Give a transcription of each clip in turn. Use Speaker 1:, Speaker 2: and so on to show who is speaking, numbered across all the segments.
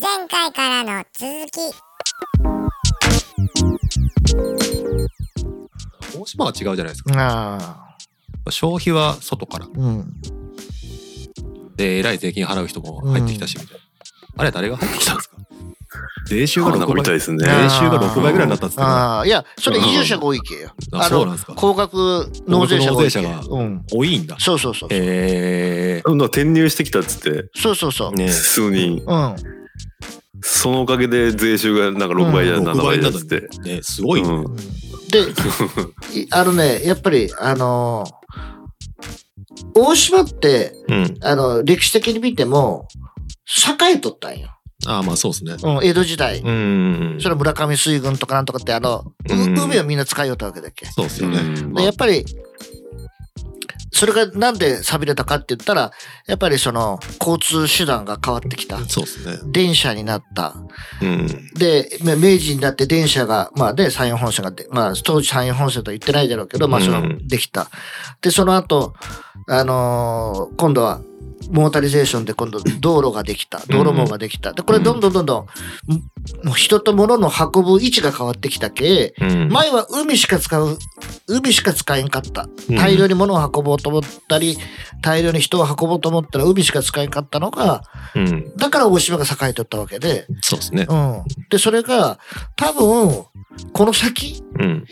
Speaker 1: 前回からの続き
Speaker 2: 大島は違うじゃないですか
Speaker 3: ああ、
Speaker 2: 消費は外から
Speaker 3: うん。
Speaker 2: でえらい税金払う人も入ってきたし、みたいなあれ誰が入ってきたんですか税収が
Speaker 4: なんか
Speaker 2: 6
Speaker 4: みたい
Speaker 2: 倍
Speaker 4: です
Speaker 2: 税
Speaker 4: ね。
Speaker 3: あー
Speaker 2: 収が6倍ぐらいになったっつってた
Speaker 3: ああ、いや、それ移住者が多いけよ。
Speaker 2: あ
Speaker 3: あ
Speaker 2: そう
Speaker 3: の
Speaker 2: なんですか
Speaker 3: 高額納税者が多いけ。
Speaker 2: 高額納税者
Speaker 3: うん。
Speaker 2: 多いんだ
Speaker 3: そうそうそう。
Speaker 2: へえ
Speaker 4: なんか転入してきたっつって、
Speaker 3: そうそうそう。
Speaker 2: ね
Speaker 4: 数人、
Speaker 3: うん。
Speaker 4: そのおかげで税収がなんか6倍だ、
Speaker 2: 6
Speaker 4: 7
Speaker 2: 倍
Speaker 4: 倍だ
Speaker 2: な
Speaker 4: っ
Speaker 2: の
Speaker 4: つっ
Speaker 2: に
Speaker 4: て。
Speaker 2: ねすごいね、
Speaker 4: うん
Speaker 3: で、いあのね、やっぱり、あのー大島って、
Speaker 4: うん。
Speaker 3: あの、歴史的に見ても、栄えとったんよ。
Speaker 2: ああまあそうですね
Speaker 3: うん、江戸時代。
Speaker 4: うん。
Speaker 3: それは村上水軍とかなんとかって、あの、う
Speaker 4: うん
Speaker 3: 海をみんな使いよったわけだっけ。
Speaker 2: そうです
Speaker 4: う
Speaker 2: よね、
Speaker 4: ん
Speaker 3: でやっぱりそれがなんで錆びれたかって言ったらやっぱりその交通手段が変わってきた
Speaker 2: そうですね
Speaker 3: 電車になった
Speaker 4: うん。
Speaker 3: でまあ明治になって電車がまあね山陽本線がで、まあ、当時山陽本線とは言ってないだろうけどまあその
Speaker 4: うん
Speaker 3: できたでその後あのー今度はモータリゼーションで今度道路ができた道路網ができたでこれどんどんどんどんもう人と物の運ぶ位置が変わってきたけ
Speaker 4: うん
Speaker 3: 前は海しか使う海しか使えんかった
Speaker 4: うん
Speaker 3: 大量に物を運ぼうと思ったり大量に人を運ぼうと思ったら海しか使えんかったのが
Speaker 4: うん。
Speaker 3: だから大島が栄えとったわけで、
Speaker 2: そうですね
Speaker 3: うん、でそれが多分この先
Speaker 4: うん。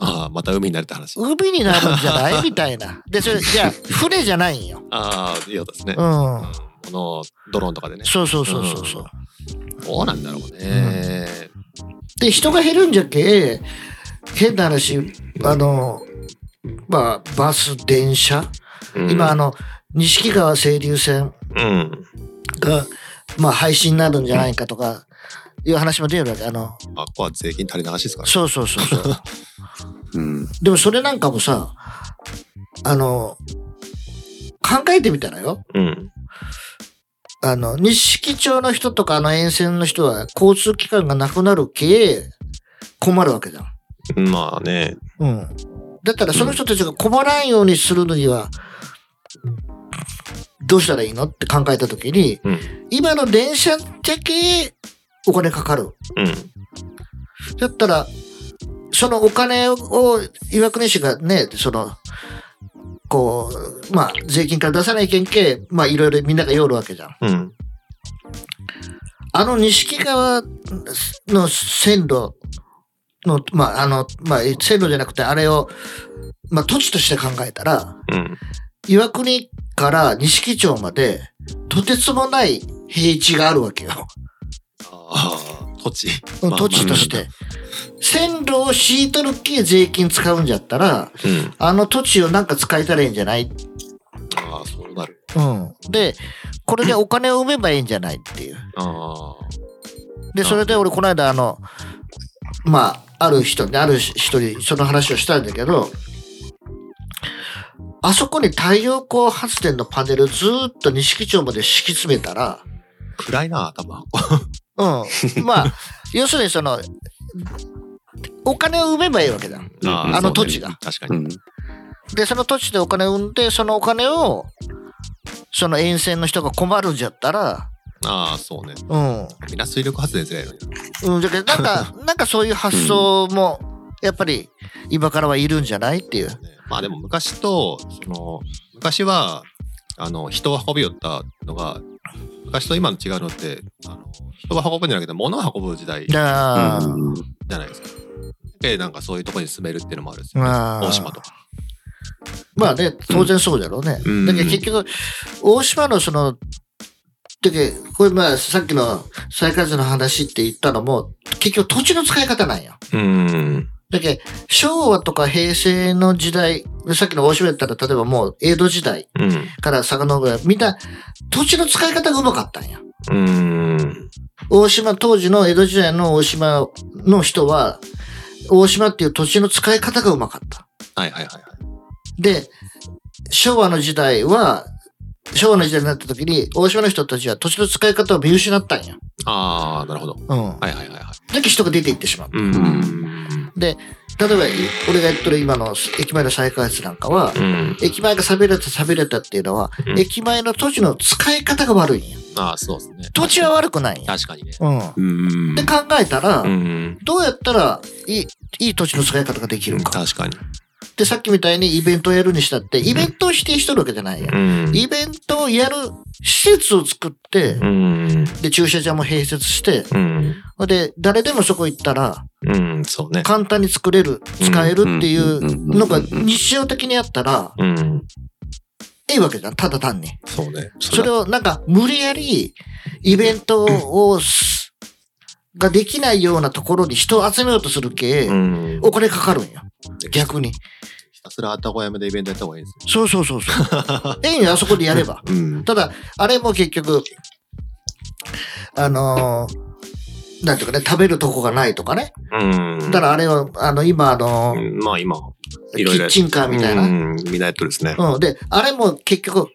Speaker 2: ああまた海になれた話
Speaker 3: 海になるんじゃない みたいなでそれじゃあ船じゃないんよ、
Speaker 2: ああようですね、
Speaker 3: う
Speaker 2: うん
Speaker 3: ん、
Speaker 2: このドローンとかでね
Speaker 3: そうそうそうそうそう
Speaker 2: どうなんだろうね、
Speaker 3: で人が減るんじゃけ変な話あのまあバス電車
Speaker 4: うん
Speaker 3: 今あ、の錦川清流線
Speaker 4: うん。
Speaker 3: が、まあ、配信になるんじゃないかとか、いう話も出るわけ。あの、
Speaker 2: まあここは税金足りない話ですからね
Speaker 3: そうそうそうそう。
Speaker 4: うん。
Speaker 3: でもそれなんかもさ、あの、考えてみたらよ。
Speaker 4: うん。
Speaker 3: あの、錦町の人とかあの沿線の人は交通機関がなくなるけ、困るわけじゃん。
Speaker 4: まあね。
Speaker 3: うん。だったらその人たちが困らんようにするのには、どうしたらいいのって考えたときに、
Speaker 4: うん。
Speaker 3: 今の電車だけお金かかる。
Speaker 4: うん。
Speaker 3: だったら、そのお金を岩国市がね、その、こう、まあ、税金から出さないけんけ、まあ、いろいろみんなが寄るわけじゃん。
Speaker 4: うん。
Speaker 3: あの錦川の線路の、まあ、あの、まあ、線路じゃなくて、あれを、まあ、土地として考えたら、
Speaker 4: うん。
Speaker 3: 岩国から錦町まで、とてつもない平地があるわけよ。
Speaker 2: ああ、土地。まあ
Speaker 3: 土地とし。て。線路を敷いとるっけ税金使うんじゃったら、
Speaker 4: うん。
Speaker 3: あの土地をなんか使えたらいいんじゃない、
Speaker 2: まあああ、そうなる。
Speaker 3: うん、で、これでお金を生めばいいんじゃないっていう。
Speaker 2: ああ。
Speaker 3: で、それで俺この間あの、まあ、ある人に、ある人にその話をしたんだけど、あそこに太陽光発電のパネルずーっと錦町まで敷き詰めたら、
Speaker 2: 暗いな、頭。
Speaker 3: うん、まあ、要するにその、お金を生めばいいわけだ。
Speaker 4: あ
Speaker 3: あの土地が。
Speaker 2: 確か
Speaker 4: う
Speaker 2: に。
Speaker 4: ん。
Speaker 3: で、その土地でお金を生んで、そのお金を、その沿線の人が困るんじゃったら、
Speaker 2: ああ、そうね。
Speaker 3: うん、
Speaker 2: みんな水力発電すればいいのに。
Speaker 3: うん、だけどなんかなんかそういう発想もやっぱり今からはいるんじゃないっていう。
Speaker 2: ねまあでも昔と、その、昔は、あの、人を運び寄ったのが、昔と今の違うのって、あの人が運ぶんじゃなくて、物を運ぶ時代じゃ
Speaker 3: ああ、
Speaker 2: ないですか。で、なんかそういうところに住めるっていうのもあるんですよね。
Speaker 3: まあ、
Speaker 2: 大島とか。
Speaker 3: まあね当然そうだろうね。
Speaker 4: うん
Speaker 3: だけど結局大島のそのだけどこれまあさっきの再開発の話って言ったのも結局土地の使い方なんよ。
Speaker 4: うん。
Speaker 3: だけど昭和とか平成の時代さっきの大島やったら例えばもう江戸時代
Speaker 4: うん。
Speaker 3: から遡るみんな土地の使い方がうまかったんや。
Speaker 4: うん。
Speaker 3: 大島当時の江戸時代の大島の人は大島っていう土地の使い方がうまかった。
Speaker 2: はいはいはいはい。
Speaker 3: で昭和の時代は昭和の時代になった時に大島の人たちは土地の使い方を見失ったんや。
Speaker 2: ああ、なるほど。
Speaker 3: うん。
Speaker 2: はいはいはいはい。
Speaker 3: だけ人が出て行ってしまう。
Speaker 4: うん。
Speaker 3: で例えば俺がやってる今の駅前の再開発なんかは
Speaker 4: うん。
Speaker 3: 駅前が寂れた寂れたっていうのは、
Speaker 4: うん
Speaker 3: 駅前の土地の使い方が悪いんや。
Speaker 2: ああ、そうですね。
Speaker 3: 土地は悪くないんや。
Speaker 2: 確かにね。
Speaker 3: うん。っ
Speaker 4: うん
Speaker 3: て考えたら、
Speaker 4: うん
Speaker 3: どうやったらいい、いい土地の使い方ができるか。
Speaker 2: 確かに。
Speaker 3: で、さっきみたいにイベントをやるにしたって、イベントを否定しとるわけじゃないやん。
Speaker 2: ん
Speaker 3: イベントをやる施設を作って、
Speaker 2: うん。
Speaker 3: で、駐車場も併設して、
Speaker 2: うん。
Speaker 3: で、誰でもそこ行ったら、
Speaker 2: うん。そうね。
Speaker 3: 簡単に作れる、使えるっていうのが
Speaker 4: うんうんうんうん
Speaker 3: 日常的にあったら、
Speaker 2: うん。
Speaker 3: いいわけじゃん。ただ単に。
Speaker 2: そうね。
Speaker 3: それをなんか無理やりイベントをす、ができないようなところに人を集めようとする系、
Speaker 2: うん。
Speaker 3: お金かかるんよ。逆に。
Speaker 2: ひたすらあたごやめでイベントやった方がいいです
Speaker 3: そうそうそうそう。ええんよ、あそこでやれば。
Speaker 2: ね。うん。
Speaker 3: ただ、あれも結局、あのーなんていうかね、食べるとこがないとかね。
Speaker 2: うん。
Speaker 3: だからあれは、あの、今あのー
Speaker 2: うんまあ今、
Speaker 3: キ
Speaker 2: いろいろ
Speaker 3: ッチンカーみたいな。
Speaker 2: うん。みんなやってるですね。
Speaker 3: うん。で、あれも結局、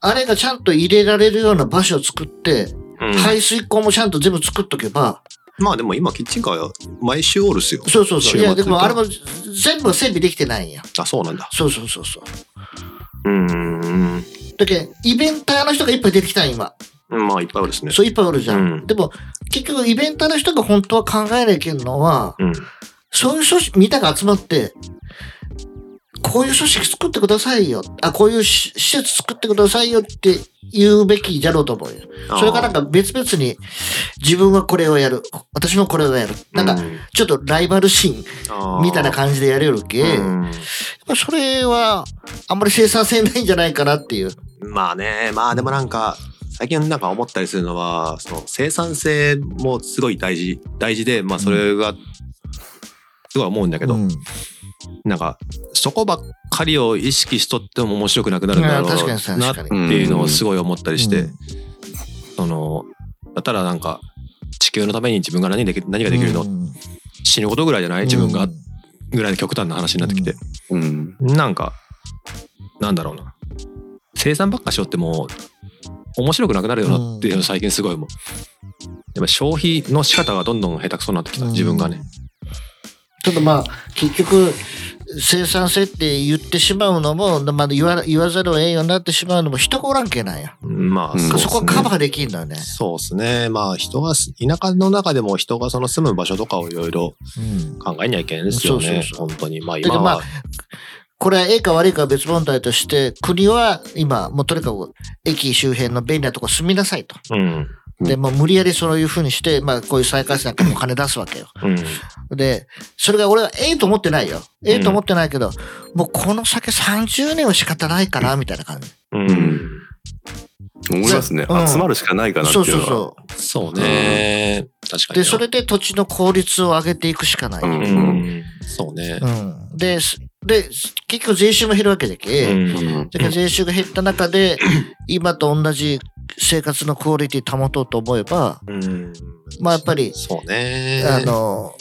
Speaker 3: あれがちゃんと入れられるような場所を作って、
Speaker 2: うん
Speaker 3: 排水溝もちゃんと全部作っとけば、
Speaker 2: まあでも今、キッチンカー毎週おるっすよ。
Speaker 3: そうそうそう。
Speaker 2: 週末
Speaker 3: いや、でも
Speaker 2: と
Speaker 3: あれも全部整備できてないんや。
Speaker 2: あ、そうなんだ。
Speaker 3: そうそうそうそう。
Speaker 2: うん。
Speaker 3: だけどイベンターの人がいっぱい出てきたん今。
Speaker 2: まあいっぱいおるですね。
Speaker 3: そういっぱいおるじゃん。
Speaker 2: うん
Speaker 3: でも、結局イベンターの人が本当は考えなきゃいけんのは、
Speaker 2: うん。
Speaker 3: そういう組織、みんなが集まって、こういう組織作ってくださいよ。あ、こういうし施設作ってくださいよって言うべきじゃろうと思うよ。それがなんか別々に、自分はこれをやる。私もこれをやる。なんか、ちょっとライバル心
Speaker 2: か
Speaker 3: みたいな感じでやれるけ、
Speaker 2: うん
Speaker 3: まあそれは、あんまり生産性ないんじゃないかなっていう。
Speaker 2: まあね、まあでもなんか、最近なんか思ったりするのは、その生産性もすごい大事、大事で、まあそれが、すごい思うんだけど、
Speaker 3: うん
Speaker 2: なんか、そこばっかりを意識しとっても面白くなくなるんだろう
Speaker 3: いや確かに確かに
Speaker 2: なっていうのをすごい思ったりして、
Speaker 3: うん
Speaker 2: その、だったらなんか、地球のために自分が何でき何ができるの、
Speaker 3: うん
Speaker 2: 死ぬことぐらいじゃない自分が、ぐらいの極端な話になってきて、
Speaker 4: うん
Speaker 2: なんか、なんだろうな。生産ばっかしよってもう、面白くなくなるよなっていうのを最近すごい思う。やっぱ消費の仕方がどんどん下手くそになってきた、自分がね。
Speaker 3: ただまあ、結局、生産性って言ってしまうのも、まあ、言わ言わざるを得んようになってしまうのも人がおらんけなんや。
Speaker 2: まあ、
Speaker 4: うん
Speaker 2: そう
Speaker 3: そこはカバーできんのよね。
Speaker 2: そうですね。まあ、人が、田舎の中でも人がその住む場所とかをいろいろ考えにゃいけないですよね。
Speaker 3: そうそうそう
Speaker 2: 本当に。まあ、
Speaker 3: だけ
Speaker 2: 今
Speaker 3: ど
Speaker 2: は、
Speaker 3: まあ、これはええか悪いかは別問題として、国は今、もうとにかく駅周辺の便利なとこ住みなさいと。
Speaker 2: うん。
Speaker 3: で、もう無理やりそういうふうにして、まあこういう再開発なんかもお金出すわけよ。
Speaker 2: うん。
Speaker 3: で、それが俺はええと思ってないよ。ええと思ってないけど、もうこの先30年は仕方ないかな、みたいな感じ。
Speaker 2: うん。
Speaker 4: うん思いますね、
Speaker 3: うん
Speaker 4: 集まるしかないかなって
Speaker 3: そ
Speaker 4: いうう
Speaker 3: そう
Speaker 4: のは
Speaker 3: そ
Speaker 2: そうね。確か
Speaker 3: う。
Speaker 2: にな。
Speaker 3: で、それで土地の効率を上げていくしかない。
Speaker 4: うん
Speaker 2: うん。そうね。
Speaker 3: うんで、すで、す結局税収も減るわけだけ、
Speaker 2: う
Speaker 3: だ
Speaker 2: ん。
Speaker 3: から税収が減った中で、今と同じ生活のクオリティ保とうと思えば、
Speaker 2: うん。
Speaker 3: まあやっぱり、
Speaker 2: そうね。
Speaker 3: あの、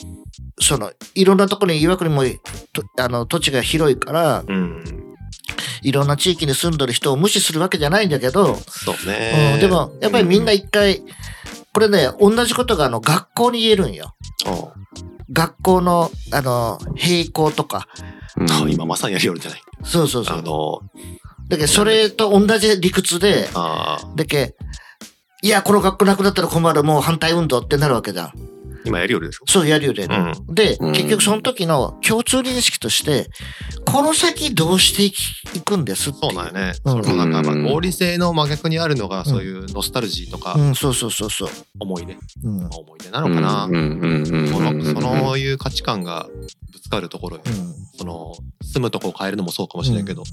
Speaker 3: その、いろんなところに、岩国もとあの土地が広いから、
Speaker 2: うん。
Speaker 3: いろんな地域に住んどる人を無視するわけじゃないんだけど、
Speaker 2: そう
Speaker 3: う
Speaker 2: ね。
Speaker 3: んでも、やっぱりみんな一回、これね、同じことがあの学校に言えるんよ。
Speaker 2: あ
Speaker 3: 学校の、あの、並行とか。
Speaker 2: あ、
Speaker 4: うん
Speaker 2: 今まさにやりよるんじゃない。
Speaker 3: そうそうそ
Speaker 2: あ
Speaker 3: う。
Speaker 2: の、
Speaker 3: だけど、それと同じ理屈で、
Speaker 2: ああ、
Speaker 3: だけいや、この学校なくなったら困る、もう反対運動ってなるわけだ。
Speaker 2: 今やりよるでしょ。
Speaker 3: そうやるよね。
Speaker 2: うん。
Speaker 3: で、
Speaker 4: うん
Speaker 3: 結局その時の共通認識として、この先どうしていきいくんですって
Speaker 2: そ
Speaker 3: い
Speaker 2: うなんよね。
Speaker 3: う
Speaker 2: そ
Speaker 3: ん
Speaker 2: のなんか、
Speaker 4: うん
Speaker 2: まあ合理性の真逆にあるのが、そういうノスタルジーとか
Speaker 3: う、ん、そうそうそうそう。
Speaker 2: 思い出、
Speaker 3: うん。うん
Speaker 2: まあ思い出なのかな。
Speaker 4: うんうんうん
Speaker 2: そ
Speaker 4: うんうん
Speaker 2: のそのいう価値観がぶつかるところよその住むとこを変えるのもそうかもしれないけど、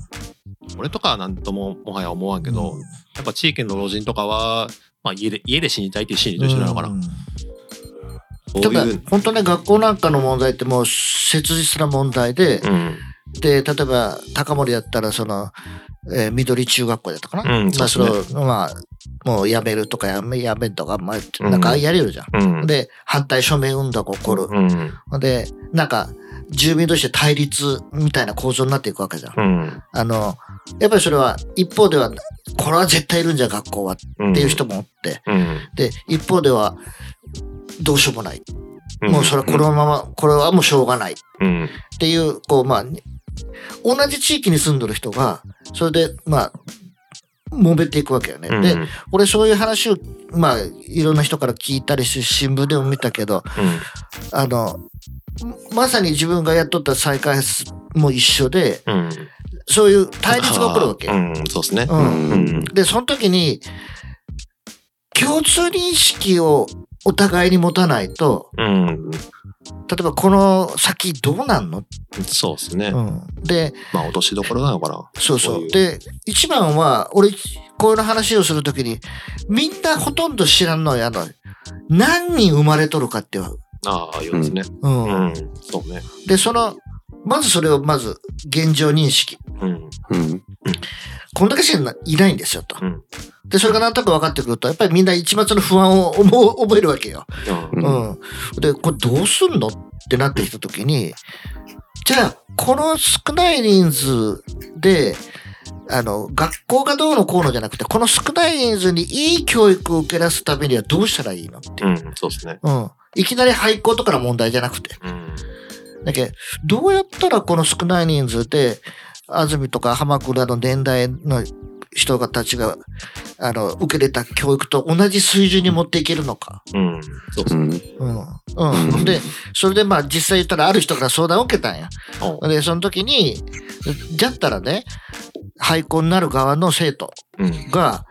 Speaker 2: 俺とかは何とももはや思わんけど、
Speaker 3: うん
Speaker 2: やっぱ地域の老人とかは、まあ、家で家で死にたいっていう心理と一緒なのかな、
Speaker 3: うん
Speaker 2: そ
Speaker 3: た
Speaker 2: うい
Speaker 3: だ
Speaker 2: う、
Speaker 3: 本当ね、学校なんかの問題ってもう切実な問題で、
Speaker 2: うん
Speaker 3: で、例えば、高森だったら、その、えー緑中学校だったかな。
Speaker 2: うん
Speaker 3: まあ、
Speaker 2: そ
Speaker 3: そ
Speaker 2: う
Speaker 3: れ
Speaker 2: で
Speaker 3: を、まあ、もうやめるとか、やめ、やめんとか、まあ、
Speaker 2: ん
Speaker 3: なんかやれるじゃん。
Speaker 2: うん
Speaker 3: で、反対署名運動が起こる。
Speaker 2: うん
Speaker 3: で、なんか、住民同士で対立みたいな構造になっていくわけじゃん。
Speaker 2: うん
Speaker 3: あの、やっぱりそれは、一方では、これは絶対いるんじゃ、学校はっ
Speaker 2: うん
Speaker 3: ていう人もおって、
Speaker 2: うん
Speaker 3: で、一方では、どうしようもない。もうそれはこのまま、これはもうしょうがない。
Speaker 2: うん
Speaker 3: っていう、こう、まあ、同じ地域に住んどる人が、それで、まあ、揉めていくわけよね。
Speaker 4: うん
Speaker 3: で、俺そういう話を、まあ、いろんな人から聞いたりし、新聞でも見たけど、あの、まさに自分がやっとった再開発も一緒で、
Speaker 4: うんうん
Speaker 3: そういう対立が起こるわけ。
Speaker 2: うん、そうですね。
Speaker 3: うん
Speaker 4: うん
Speaker 3: で、その時に、共通認識をお互いに持たないと、
Speaker 4: うん
Speaker 3: 例えばこの先どうなんの、
Speaker 2: そうですね。
Speaker 3: うん、で、
Speaker 2: まあ、落としどころなのかな。
Speaker 3: そうそ。
Speaker 2: こういうう
Speaker 3: で、一番は、俺、こういう話をするときに、みんなほとんど知らんのよ。あの、何人生まれとるかっていう。
Speaker 2: ああ、そうですね。
Speaker 3: うん。
Speaker 2: うん、そうね。
Speaker 3: で、その、まずそれをまず現状認識。
Speaker 2: うん、
Speaker 4: うん
Speaker 3: こんだけしかいないんですよと。
Speaker 2: うん
Speaker 3: で、それがなんとなく分かってくると、やっぱりみんな一末の不安を思う覚えるわけよ。
Speaker 2: う
Speaker 3: うん。で、これどうすんのってなってきたときに、じゃあ、この少ない人数で、あの、学校がどうのこうのじゃなくて、この少ない人数にいい教育を受け出すためにはどうしたらいいのって。
Speaker 2: ん、うん、そうですね。
Speaker 3: うん。いきなり廃校とかの問題じゃなくて。
Speaker 2: うん、
Speaker 3: だけどうやったらこの少ない人数で安住とか浜倉の年代の人たちがあの受け入れた教育と同じ水準に持っていけるのか。
Speaker 2: うん、そうですね。
Speaker 3: うん。うん。 で、それでまあ実際言ったらある人から相談を受けたんや。
Speaker 2: お
Speaker 3: で、その時に、じゃったらね、廃校になる側の生徒
Speaker 2: うん、
Speaker 3: が、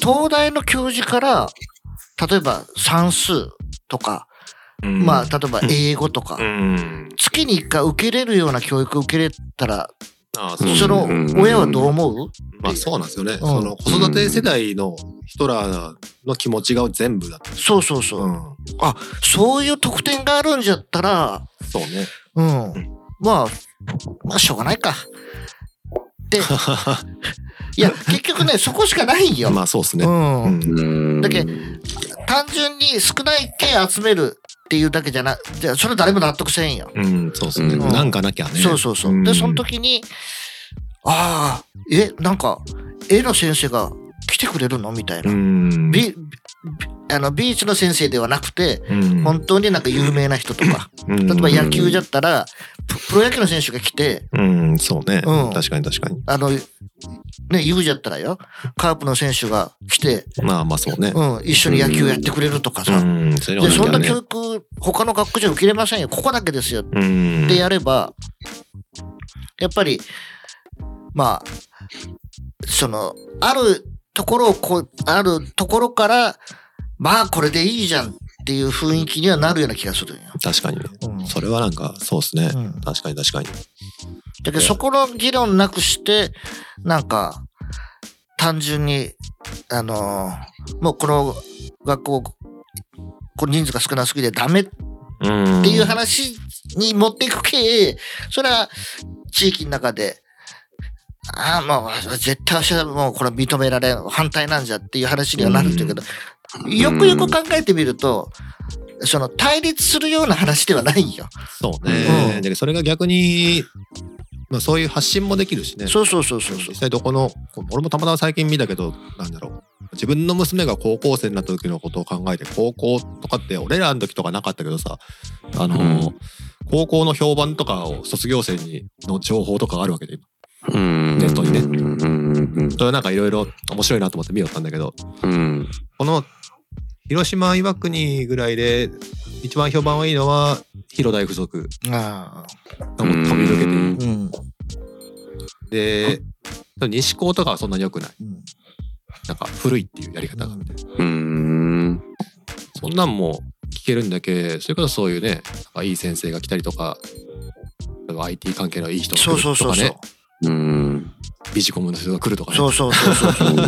Speaker 3: 東大の教授から、例えば算数とか、
Speaker 2: うん
Speaker 3: まあ、例えば英語とか、
Speaker 2: うん、
Speaker 3: 月に1回受けれるような教育を受けれたら、
Speaker 2: ああ、そう
Speaker 4: うん
Speaker 3: その親はどう思う
Speaker 2: まあそうなんですよね。その子育て世代のヒトラーの気持ちが全部だった。
Speaker 3: そうそうそう、
Speaker 2: ん、
Speaker 3: そういう特典があるんじゃったら、
Speaker 2: そうね。
Speaker 3: うん
Speaker 2: ん、
Speaker 3: まあ、まあしょうがないか。 で、いや、結局ね、そこしかないんよ。
Speaker 2: まあそうですね。
Speaker 3: う。
Speaker 2: うんん、
Speaker 4: うん
Speaker 3: だけ単純に少ない件集めるっていうだけじゃな、じゃあそれ誰も納得せんよ。
Speaker 2: うん、そうですね。
Speaker 4: うん
Speaker 2: なんかなきゃね。
Speaker 3: そうそうそう。で、その時に、ああ、え、なんか、絵の先生が来てくれるのみたいな。
Speaker 2: ん、
Speaker 3: ビあのビーチの先生ではなくて、
Speaker 2: うん、
Speaker 3: 本当になんか有名な人とか、
Speaker 2: うん
Speaker 3: 例えば野球じゃったら、ププロ野球の選手が来て、
Speaker 2: うん、そうね。
Speaker 3: うん
Speaker 2: 確かに確かに。
Speaker 3: あの、ね、遊具じゃったらよ、カープの選手が来て、
Speaker 2: まあまあそうね。
Speaker 3: うん、一緒に野球やってくれるとか
Speaker 2: う
Speaker 3: さ、
Speaker 2: ん、それは
Speaker 3: で、そんな
Speaker 2: きゃ
Speaker 3: 教
Speaker 2: ね。
Speaker 3: 育、他の学校じゃ受けれませんよ、ここだけですよっ
Speaker 2: うん、
Speaker 3: てやれば、やっぱり、まあ、その、あるところをこう、あるところから、まあ、これでいいじゃんっていう雰囲気にはなるような気がするんよ。
Speaker 2: 確かにね。
Speaker 3: うん
Speaker 2: それはなんか、そうですね。
Speaker 3: うん
Speaker 2: 確かに確かに。
Speaker 3: だけどそこの議論なくして、なんか、単純に、あのーもうこの学校、この人数が少なすぎてダメって
Speaker 2: うん。
Speaker 3: いう話に持っていくけ、それは地域の中で、ああ、もう絶対私はもうこれは認められん、反対なんじゃっていう話にはなるんだけど、よくよく考えてみると、その対立するような話ではないよ。
Speaker 2: そうね。
Speaker 3: うん
Speaker 2: で、それが逆に、まあそういう発信もできるしね。
Speaker 3: そうそうそうそうそう
Speaker 2: 実。際どこのこう俺もたまたま最近見たけどなんだろう自分の娘が高校生になった時のことを考えて高校とかって俺らの時とかなかったけどさあのー、
Speaker 4: う
Speaker 2: 高校の評判とかを卒業生にの情報とかあるわけで今
Speaker 4: うん
Speaker 2: ネットにね
Speaker 4: うん
Speaker 2: それはなんかいろいろ面白いなと思って見よったんだけど
Speaker 4: うん
Speaker 2: この広島岩国ぐらいで一番評判はいいのは広大附属
Speaker 3: あ
Speaker 2: がもう飛び抜けてい
Speaker 4: うん
Speaker 2: る
Speaker 3: あうん。
Speaker 2: で西高とかはそんなに良くない
Speaker 3: うん
Speaker 2: なんか古いっていうやり方がみたいな
Speaker 4: うん
Speaker 2: そんなんも聞けるんだけ、それこそそういうね、なんかいい先生が来たりとか、例えば IT 関係のいい人が来
Speaker 3: そう
Speaker 2: る
Speaker 3: そう
Speaker 2: と
Speaker 3: そう
Speaker 2: か
Speaker 3: そう
Speaker 2: ね、。ビジコムの人が来るとかね。
Speaker 3: そうそうそう そう。だ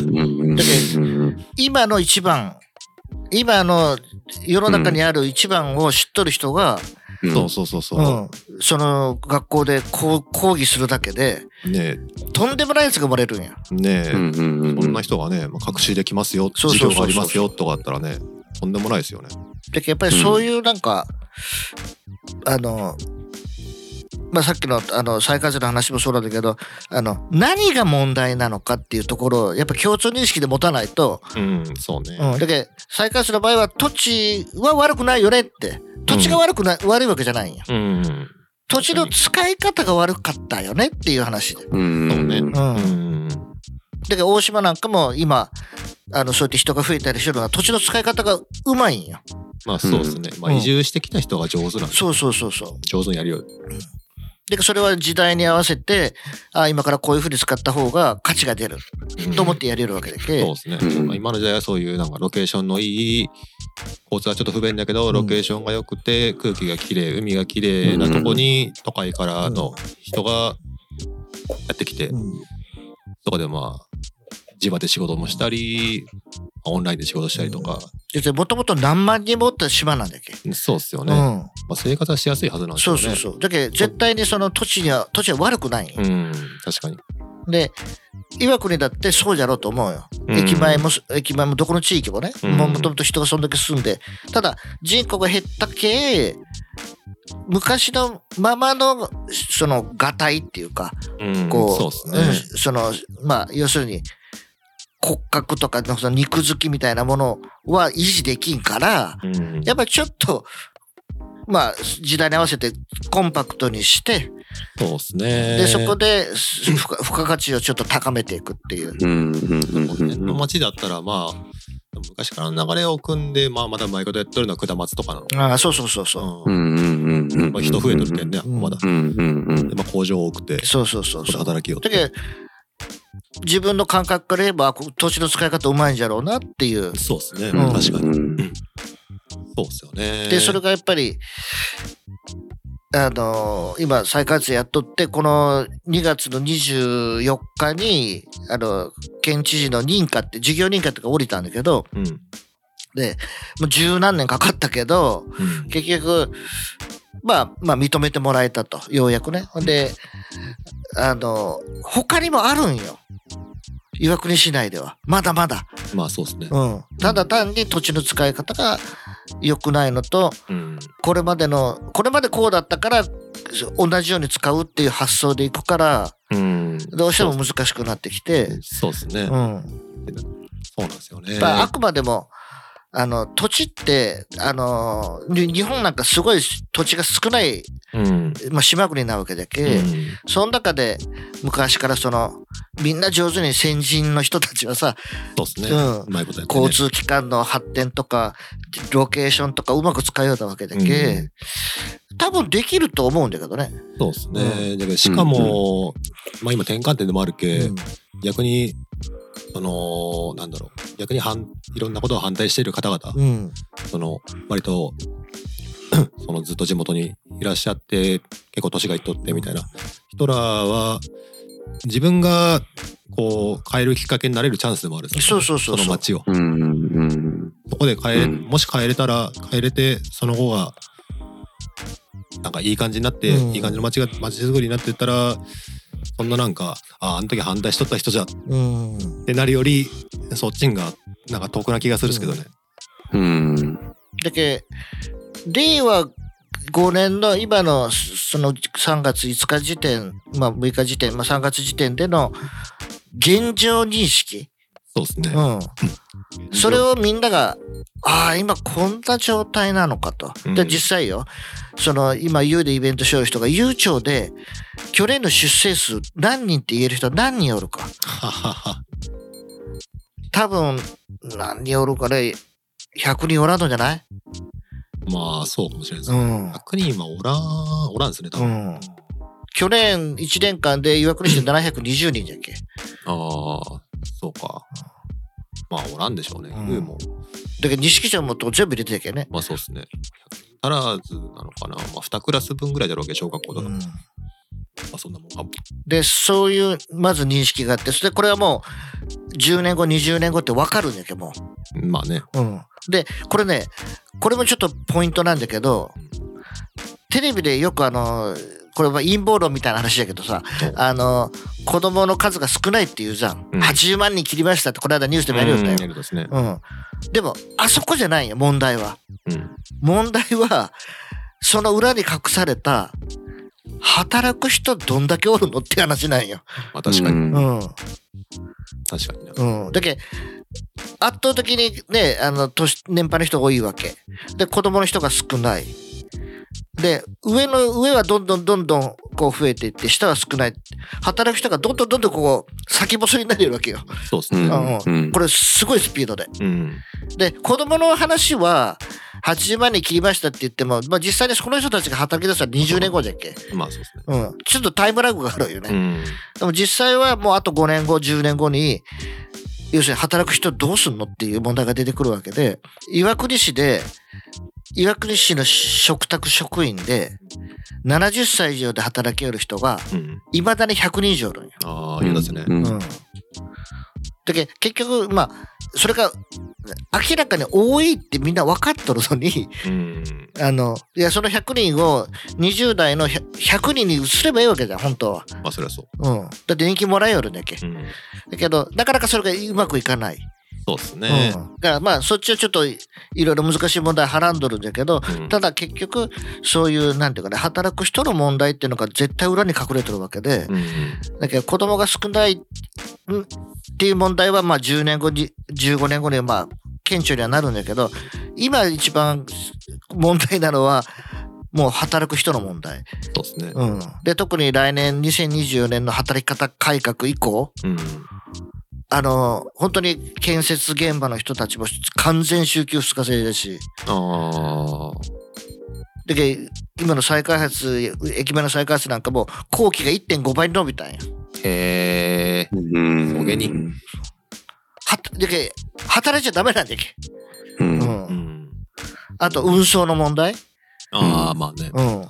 Speaker 3: 今の一番、今の世の中にある一番を知っとる人が、
Speaker 2: そうそうそうそうう。
Speaker 3: ん、その学校でこう講義するだけで、
Speaker 2: ね
Speaker 3: とんでもないやつが生まれるんや。
Speaker 2: え、ねえ、
Speaker 4: そ
Speaker 2: そんな人がね、まあ、学習できますよ、
Speaker 3: そう
Speaker 2: 授
Speaker 3: そうそうそ
Speaker 2: 業があ
Speaker 3: う
Speaker 2: りますよとかあったらね、とんでもないですよね。
Speaker 3: で、やっぱりそういうなんか、あの、まあ、さっきのあの再開発の話もそうなんだけどあの何が問題なのかっていうところをやっぱ共通認識で持たないと、
Speaker 2: うん、そうね。
Speaker 3: うん、だけど再開発の場合は土地は悪くないよねって土地が悪くない、悪いわけじゃないんや。
Speaker 2: うん。
Speaker 3: 土地の使い方が悪かったよねっていう話で。
Speaker 4: うん
Speaker 2: そうね。
Speaker 3: うん
Speaker 2: うん。
Speaker 3: だけど大島なんかも今、あの、そうやって人が増えたりするのは土地の使い方がうまいんよ。
Speaker 2: まあそうですね。まあ
Speaker 3: うん
Speaker 2: 移住してきた人が上手なんで、
Speaker 3: そうそうそうそう。
Speaker 2: 上手にやるよ。
Speaker 3: で、それは時代に合わせて、あ今からこういうふうに使った方が価値が出ると思ってやれるわけで、
Speaker 2: そうですね。
Speaker 4: うん
Speaker 2: まあ今の時代はそういうなんかロケーションのいい、交通はちょっと不便だけど、
Speaker 3: ん
Speaker 2: ロケーションが良くて、空気が綺麗、海が綺麗なとこに都会からの人がやってきて、
Speaker 3: うん
Speaker 2: そこでまあ、地場で仕事もしたり、オンラインで仕事したりとか、
Speaker 3: でもともと何万人もおった島なんだっけ、
Speaker 2: そうですよ
Speaker 3: う
Speaker 2: ね。ま
Speaker 3: ん。
Speaker 2: あ生活はしやすいはずなんです
Speaker 3: そ
Speaker 2: よ
Speaker 3: う
Speaker 2: ね。
Speaker 3: そうそう。だけど絶対にその土地には、土地は悪くないんよ、
Speaker 2: うん、確かに。
Speaker 3: で、岩国だってそうじゃろうと思うよ。駅前も、駅前もどこの地域もね、
Speaker 2: うん
Speaker 3: もともと人がそんだけ住んで、ただ人口が減ったけ、昔のままのそのがたいっていうか、
Speaker 2: うん、
Speaker 3: こう、
Speaker 2: そうですね。
Speaker 3: うんその、まあ、要するに、骨格とかのその肉付きみたいなものは維持できんから、
Speaker 2: うん
Speaker 3: やっぱりちょっと、まあ、時代に合わせてコンパクトにして、
Speaker 2: そうですね。
Speaker 3: で、そこです付加付加価値をちょっと高めていくっていう。
Speaker 4: うんうんうん
Speaker 2: そう
Speaker 4: う
Speaker 2: ですね
Speaker 4: んうん
Speaker 2: 町だったらまあ昔からの流れを組んで、まあ、まだ前ことやってるのは下松とかなのか
Speaker 3: ああ、そうそうそうそう。
Speaker 2: な、
Speaker 4: う
Speaker 2: うん
Speaker 4: んうんうんうん
Speaker 2: まあ、人増えとるけんね、
Speaker 3: うん
Speaker 2: まだ、
Speaker 4: うんうんうん
Speaker 2: でまあ、工場多くて
Speaker 3: そうそうそうそう。
Speaker 2: 働きよう
Speaker 3: だけど、自分の感覚から言えば、あこ土地の使い方うまいんじゃろうなっていう。
Speaker 2: そうですね、
Speaker 3: うん
Speaker 2: 確かに、
Speaker 4: うん
Speaker 2: そうですよね
Speaker 3: で、それがやっぱり、あのー今、再開発やっとって、この2月の24日に、あの、県知事の認可って、事業認可とか降りたんだけど、
Speaker 2: うん、うん
Speaker 3: で、もう十何年かかったけど、結局、まあ、まあ、認めてもらえたと、ようやくね。ほんで、あの、他にもあるんよ。岩国市内では。まだまだ。
Speaker 2: まあそうですね、
Speaker 3: うん。ただ単に土地の使い方が良くないのと、
Speaker 2: うん
Speaker 3: これまでのこれまでこうだったから同じように使うっていう発想でいくから
Speaker 2: うん、
Speaker 3: どうしても難しくなってきて、
Speaker 2: そうですね、
Speaker 3: うん、
Speaker 2: そう
Speaker 3: や
Speaker 2: なんですよね
Speaker 3: っぱあくまでもあの土地ってあのに日本なんかすごい土地が少ない、
Speaker 2: うん、うん
Speaker 3: まあ、島国なわけだけ、その中で昔からそのみんな上手に先人の人たちはさ
Speaker 2: そうですね、う
Speaker 3: うん
Speaker 2: まいことやって、ね、
Speaker 3: 交通機関の発展とかロケーションとかうまく使いようだわけだけ、多分できると思うんだけどね。
Speaker 2: そうですね、だけどしかも、まあ今転換点でもあるけ、
Speaker 3: うん
Speaker 2: 逆にそのなんだろう逆に反いろんなことを反対している方々、
Speaker 3: うん
Speaker 2: その割と そのずっと地元にいらっしゃって結構年がいっとってみたいな人らは自分がこう変えるきっかけになれるチャンスでもあるんです
Speaker 3: そ
Speaker 2: よ
Speaker 3: うそうそ
Speaker 2: その
Speaker 3: うそう。
Speaker 2: 街を
Speaker 4: うんうん
Speaker 2: そこで変え、
Speaker 4: うん
Speaker 2: もし変えれたら変えれてその後はなんかいい感じになって、
Speaker 3: うん
Speaker 2: いい感じの街が街づくりになってったらそんななんかああの時反対しとった人じゃ
Speaker 3: うん。
Speaker 2: ってなるよりそっちんがなんか遠くな気がするんですけどね。
Speaker 4: うん
Speaker 3: だけ令和5年の今のその3月5日時点、まあ、6日時点、まあ、3月時点での現状認識、
Speaker 2: そうです
Speaker 3: う
Speaker 2: ね。
Speaker 3: ん、それをみんながああ今こんな状態なのかと。
Speaker 2: う
Speaker 3: で
Speaker 2: ん
Speaker 3: 実際よその今 U でイベントしよる人が U 庁で去年の出生数何人って言える人は何人おるか。
Speaker 2: ははは
Speaker 3: 多分何人おるかね100人おらんのじゃない
Speaker 2: まあそうかもしれないです
Speaker 3: う
Speaker 2: ね。
Speaker 3: ん。
Speaker 2: 100人はおらん、おらんですね、多
Speaker 3: う
Speaker 2: 分。
Speaker 3: ん。去年1年間で岩国市で720人じゃっけ。
Speaker 2: ああ、そうか。まあおらんでしょうね。
Speaker 3: うん
Speaker 2: ユーも。
Speaker 3: だけど錦ちゃんも全部入れてたっけね。
Speaker 2: まあそうですね。100足らずなのかな。まあ2クラス分ぐらいだろうけど、小学校とか。まあそんなもんかも。
Speaker 3: で、そういう、まず認識があって、それでこれはもう、10年後、20年後って分かるんだけども
Speaker 2: まあね。
Speaker 3: う。うん。で、これね、これもちょっとポイントなんだけど、テレビでよくあの、これは陰謀論みたいな話だけどさ、あの、子供の数が少ないっていうじゃん。
Speaker 2: うん
Speaker 3: 80万人切りましたって、この間ニュースでもやるよ
Speaker 2: うん
Speaker 3: ね。
Speaker 2: やるですね。
Speaker 3: うん。でも、あそこじゃないよ、問題は。
Speaker 2: うん。
Speaker 3: 問題はその裏に隠された働く人どんだけおるのって話なんよ。
Speaker 2: まあ確かに、
Speaker 3: う
Speaker 4: うん
Speaker 3: ん、
Speaker 2: 確かにな。
Speaker 3: うん、だけ圧倒的にねあの年年配の人が多いわけで子供の人が少ないで、上の、上はどんどんどんどんこう増えていって、下は少ない。働く人がどんどんどんどんこう、先細になるわけよ。
Speaker 2: そうです
Speaker 4: う
Speaker 2: ね。
Speaker 4: ん
Speaker 3: あ
Speaker 4: うん
Speaker 3: これすごいスピードで。
Speaker 2: うん。
Speaker 3: で、子供の話は、80万人切りましたって言っても、まあ実際にこの人たちが働き出したら20年後じゃっけ。
Speaker 2: まあそうですね。
Speaker 3: うん。ちょっとタイムラグがあるよね。
Speaker 2: うん。
Speaker 3: でも実際はもうあと5年後、10年後に、要するに働く人どうすんのっていう問題が出てくるわけで、岩国市で、岩国市の嘱託職員で、70歳以上で働ける人が、
Speaker 2: うん。
Speaker 3: いまだに100人以上いるんよ。
Speaker 2: ああ、いいですね。
Speaker 4: うん
Speaker 3: うん。だけど結局、まあ、それが、明らかに多いってみんな分かっとるのに、
Speaker 2: うん。
Speaker 3: あの、いや、その100人を20代の100 100人に移ればいいわけじゃん、本当は。
Speaker 2: まあそれはそ
Speaker 3: うん。だって人気もらえよるんだっけ。
Speaker 2: う。うん。
Speaker 3: だけど、なかなかそれがうまくいかない。
Speaker 2: そうですね
Speaker 3: う。ん、だからまあ、そっちはちょっといいろいろ難しい問題はらんどるんだけど、
Speaker 2: うん
Speaker 3: ただ結局、そういう、なんていうかね、働く人の問題っていうのが絶対裏に隠れてるわけで、
Speaker 2: うん。
Speaker 3: だけど子供が少ないんっていう問題は、まあ10年後に、15年後に、まあ、顕著にはなるんだけど、今一番問題なのは、もう働く人の問題。
Speaker 2: そうですね。
Speaker 3: うん。で、特に来年2024年の働き方改革以降、
Speaker 2: うん。
Speaker 3: あの、本当に建設現場の人たちも完全週休2日制だし、
Speaker 2: ああ。
Speaker 3: だけど今の再開発、駅前の再開発なんかも工期が1.5倍に伸びたんや。
Speaker 2: へえ。
Speaker 4: うん
Speaker 2: おげに
Speaker 3: はだけど働いちゃダメなんだっけ。
Speaker 4: う
Speaker 3: うん。
Speaker 2: うんん。
Speaker 3: あと運送の問題。
Speaker 2: ああ、まあね。
Speaker 3: うん。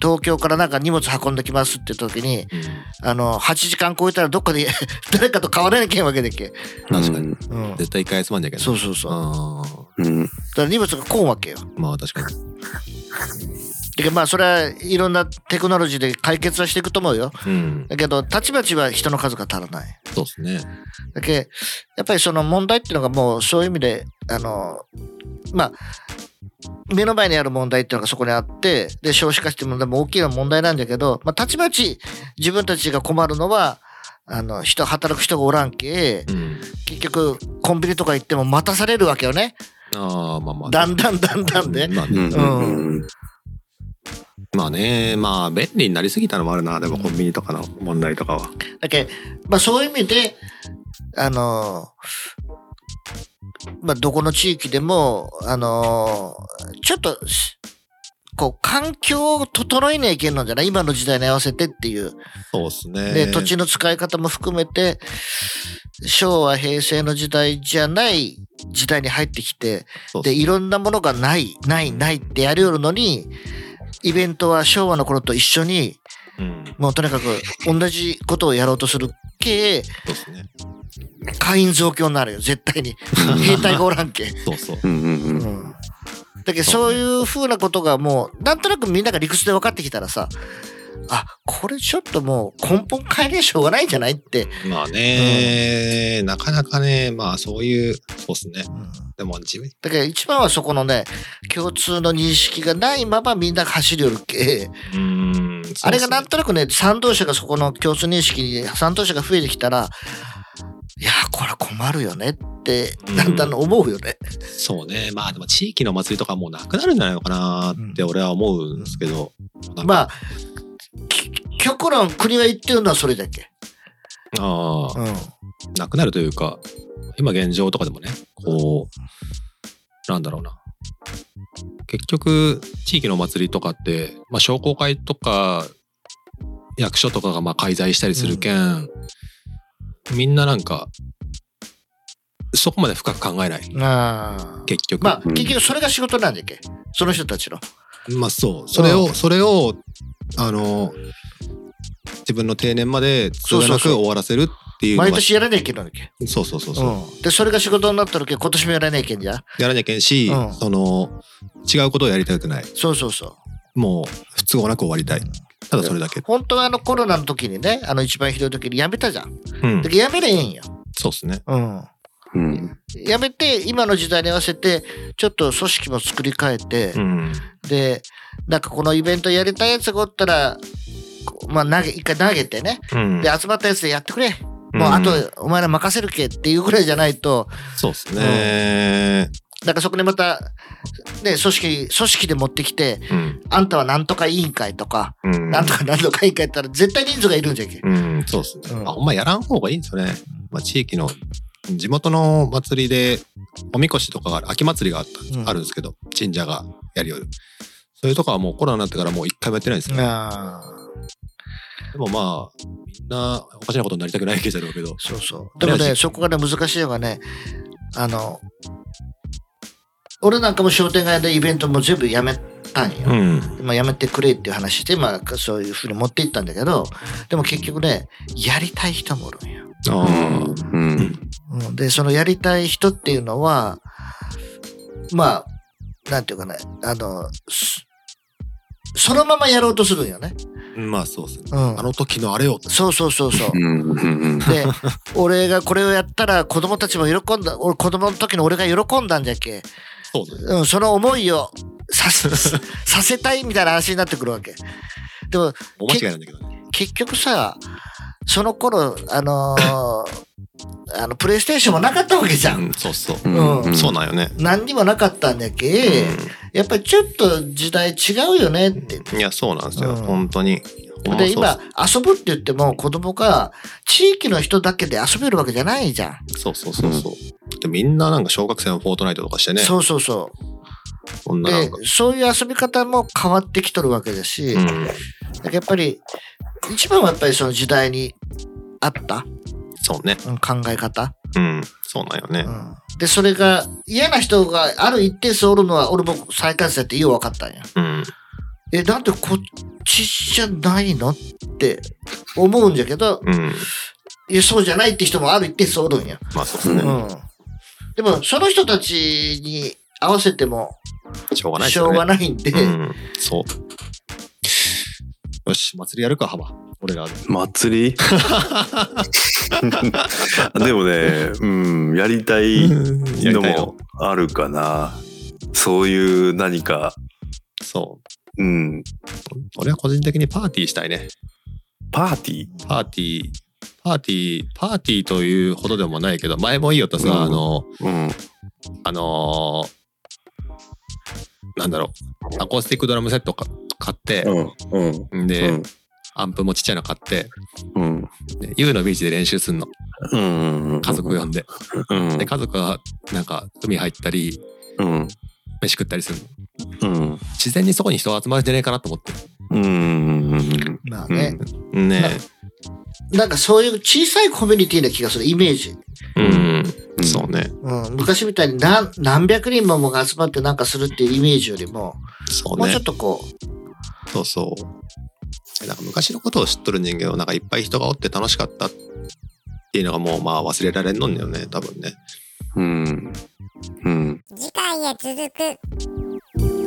Speaker 3: 東京からなんか荷物運んできますって時に、
Speaker 2: うん。
Speaker 3: あの、8時間超えたらどっかで 誰かと変わらなきゃいけんわけだっけ。
Speaker 2: 確かに。
Speaker 3: うん。
Speaker 2: 絶対一回休まんじゃいけない。。
Speaker 3: そううそうそう。だ
Speaker 2: あ
Speaker 4: うん
Speaker 3: から荷物がこんわけよ。
Speaker 2: あ。まあ確かに。
Speaker 3: だけどまあそれはいろんなテクノロジーで解決はしていくと思うよ。
Speaker 2: うん。
Speaker 3: だけど、たちまちは人の数が足らない。
Speaker 2: そうですね。
Speaker 3: だけやっぱりその問題っていうのがもうそういう意味で、あの、まあ、目の前にある問題っていうのがそこにあって、で、少子化っていう問題も大きな問題なんだけど、まあ、たちまち自分たちが困るのは、あの、人、働く人がおらんけ、
Speaker 2: うん。
Speaker 3: 結局、コンビニとか行っても待たされるわけよね。
Speaker 2: ああ、まあまあ。
Speaker 3: だんだんだんだんで。
Speaker 2: まあ
Speaker 4: う
Speaker 2: ね。
Speaker 4: ん
Speaker 3: うん
Speaker 2: まあね。まあ便利になりすぎたのもあるな。でもコンビニとかの問題とかは。
Speaker 3: だけまあそういう意味で、あの、まあどこの地域でも、あの、ちょっとし、こう、環境を整えにゃいけんのじゃない今の時代に合わせてっていう。
Speaker 2: そうですね。
Speaker 3: で、土地の使い方も含めて、昭和、平成の時代じゃない時代に入ってきて、
Speaker 2: そうっす
Speaker 3: で、いろんなものがない、ない、ないってやりよるのに、イベントは昭和の頃と一緒に、
Speaker 2: うん。
Speaker 3: もうとにかく同じことをやろうとする系、
Speaker 2: そうですね。
Speaker 3: 会員増強になるよ絶対 に兵隊がおらんけ、
Speaker 2: そうそう。
Speaker 4: うんうんう
Speaker 3: うんん、だけどそういうふうなことがもうなんとなくみんなが理屈で分かってきたらさあこれちょっともう根本変えねえしょうがないんじゃないって、
Speaker 2: まあね、なかなかね、まあそういう、そうですね。
Speaker 3: うん
Speaker 2: でも自分、
Speaker 3: だけど一番はそこのね共通の認識がないままみんなが走りよるけ
Speaker 2: うん、
Speaker 3: あれがなんとなくね賛同者がそこの共通認識に賛同者が増えてきたらいやこれ困るよねってだんだん思うよね。
Speaker 2: そうね、まあでも地域のお祭りとかもうなくなるんじゃないのかなって俺は思うんですけど、なんか
Speaker 3: まあき極論国は言ってるのはそれだけ。
Speaker 2: ああ、
Speaker 3: うん
Speaker 2: なくなるというか、今現状とかでもね、こう、なんだろうな。結局、地域のお祭りとかって、まあ商工会とか、役所とかがまあ介在したりするけん、みんななんか、そこまで深く考えない。
Speaker 3: あー
Speaker 2: 結局。
Speaker 3: まあ
Speaker 4: うん
Speaker 3: 結局それが仕事なんだっけその人たちの。
Speaker 2: まあそうそれをそれをあの自分の定年までつ
Speaker 3: そう
Speaker 2: が
Speaker 3: そ
Speaker 2: な
Speaker 3: う
Speaker 2: く
Speaker 3: そう
Speaker 2: 終わらせるっていうのが
Speaker 3: 毎年やらなきゃいけないんだっけ。
Speaker 2: そうそうそうそう、
Speaker 3: うん、でそれが仕事になったらけ今年もやらなきゃいけんじゃん。
Speaker 2: やらなきゃいけんし、
Speaker 3: うん
Speaker 2: その違うことをやりたくない
Speaker 3: そうそうそう。
Speaker 2: もう都合なく終わりたいただそれだけ、
Speaker 3: 本当はあのコロナの時にねあの一番ひどい時に辞めたじゃん。
Speaker 2: うん
Speaker 3: だ、けど辞めれへんよ。
Speaker 2: そうですね
Speaker 3: うん
Speaker 4: うん
Speaker 3: 辞めて今の時代に合わせてちょっと組織も作り変えて、
Speaker 2: うん
Speaker 3: でなんかこのイベントやりたいやつがおったら、こうまあ、投げ一回投げてね
Speaker 2: うん
Speaker 3: で集まったやつでやってくれもうあとお前ら任せるけっていうぐらいじゃないと、
Speaker 2: そうですね、
Speaker 3: だからそこでまた、ね、組織、組織で持ってきて、
Speaker 2: うん
Speaker 3: あんたはなんとか委員会とか、
Speaker 2: うん
Speaker 3: なんとかなんとか委員会やったら絶対人数がいるんじゃんけ。
Speaker 2: うん、そうですね。
Speaker 3: うん
Speaker 2: まあ、ほんまやらん方がいいんですよね。まあ、地域の、地元の祭りで、おみこしとかがある、秋祭りがあった、
Speaker 3: うん
Speaker 2: あるんですけど、神社がやりよる。そういうとこはもうコロナになってからもう一回もやってないんですよ。
Speaker 3: ああ。
Speaker 2: でもまあ、みんなおかしなことになりたくないわけじゃろうけど。
Speaker 3: そうそう。でも
Speaker 2: とりあえ
Speaker 3: ね、
Speaker 2: ず
Speaker 3: そこがね、難しいのがね、あの、俺なんかも商店街でイベントも全部やめたんよ。
Speaker 2: ん。
Speaker 3: まあ、やめてくれっていう話で、まあ、そういうふうに持っていったんだけど、でも結局ね、やりたい人もおるんよ。
Speaker 2: ああ。
Speaker 4: うん。
Speaker 3: うん、で、そのやりたい人っていうのは、まあ、なんていうかね、あの、すそのままやろうとするんよね。
Speaker 2: まあそうですね。
Speaker 3: うん
Speaker 2: あ。の時のあれを。
Speaker 3: そうそうそうそう。
Speaker 4: うん。
Speaker 3: で俺がこれをやったら子供たちも喜んだ俺子供の時の俺が喜んだんじゃっけ、
Speaker 2: そうですね。
Speaker 3: うん、その思いをさせさせたいみたいな話になってくるわけでも
Speaker 2: お間違いなんだけどね。
Speaker 3: 結局さその頃あのーあのプレイステーションもなかったわけじゃん、
Speaker 2: うん、そうそう。
Speaker 3: うん
Speaker 2: そうなんよね。
Speaker 3: 何にもなかったんじゃっけ、やっぱりちょっと時代違うよねって
Speaker 2: いや、そうなんですよ。
Speaker 3: うん
Speaker 2: 本当に。ほんま
Speaker 3: で
Speaker 2: そうっ
Speaker 3: 今遊ぶって言っても子供が地域の人だけで遊べるわけじゃないじゃん
Speaker 2: すそうそうそうそう。でみんななんか小学生のフォートナイトとかしてね。
Speaker 3: そうそうそう
Speaker 2: こんななん
Speaker 3: で
Speaker 2: か。
Speaker 3: そういう遊び方も変わってきとるわけだ
Speaker 2: う
Speaker 3: し、だか
Speaker 2: ん。
Speaker 3: らやっぱり一番はやっぱりその時代に合った
Speaker 2: そうね。
Speaker 3: うん考え方、
Speaker 2: うん。そうなんよね
Speaker 3: う。んでそれが嫌な人がある一定数おるのは俺も再感生ってよう分かったんや
Speaker 2: うん。
Speaker 3: えなんでこっちじゃないのって思うんじゃけど
Speaker 2: うん。
Speaker 3: いやそうじゃないって人もある一定数おるんや、
Speaker 2: まあそうです
Speaker 3: う
Speaker 2: ね。
Speaker 3: ん、でもその人たちに合わせても
Speaker 2: しょうがないです
Speaker 3: しょ
Speaker 2: よ
Speaker 3: う
Speaker 2: ね
Speaker 3: が。ないんで、
Speaker 2: うん。そう。よし、祭りやるか、幅。俺らで。
Speaker 4: 祭りでもね、うん、やりたい
Speaker 2: やり
Speaker 4: の
Speaker 2: たいの
Speaker 4: もあるかな。そういう何か、
Speaker 2: そ
Speaker 4: うん、
Speaker 2: う。俺は個人的にパーティーしたいね。
Speaker 4: パーティー
Speaker 2: パーティー、パーティー、パーティーというほどでもないけど、前もいいよったさ、
Speaker 4: うん
Speaker 2: あの、
Speaker 4: うん。
Speaker 2: あのーなんだろう、アコースティックドラムセットか買って、
Speaker 4: うん。うん。
Speaker 2: んで、アンプもちっちゃいの買って、
Speaker 4: うん。
Speaker 2: で U のビーチで練習すんの、
Speaker 4: うん。
Speaker 2: 家族呼んで。
Speaker 4: うん
Speaker 2: で、。家族がなんか海入ったり、
Speaker 4: うん。
Speaker 2: 飯食ったりするの。
Speaker 4: うん。
Speaker 2: 自然にそこに人が集まるんじゃねえかなと思って。
Speaker 4: うん。
Speaker 3: まあね、
Speaker 2: ね
Speaker 3: なんかそういう小さいコミュニティな気がするイメージ
Speaker 2: え。うん、
Speaker 4: うん
Speaker 2: そうね。
Speaker 3: うん、昔みたいに何何百人もが集まってなんかするっていうイメージよりも、
Speaker 2: そう
Speaker 3: もう
Speaker 2: ね
Speaker 3: ちょっ。とこ
Speaker 2: そうそう。なんか昔のことを知っとる人間はなんかいっぱい人がおって楽しかったっていうのがもうまあ忘れられんのんだよね多分ね。
Speaker 4: うん。うん。
Speaker 1: 次回へ続く。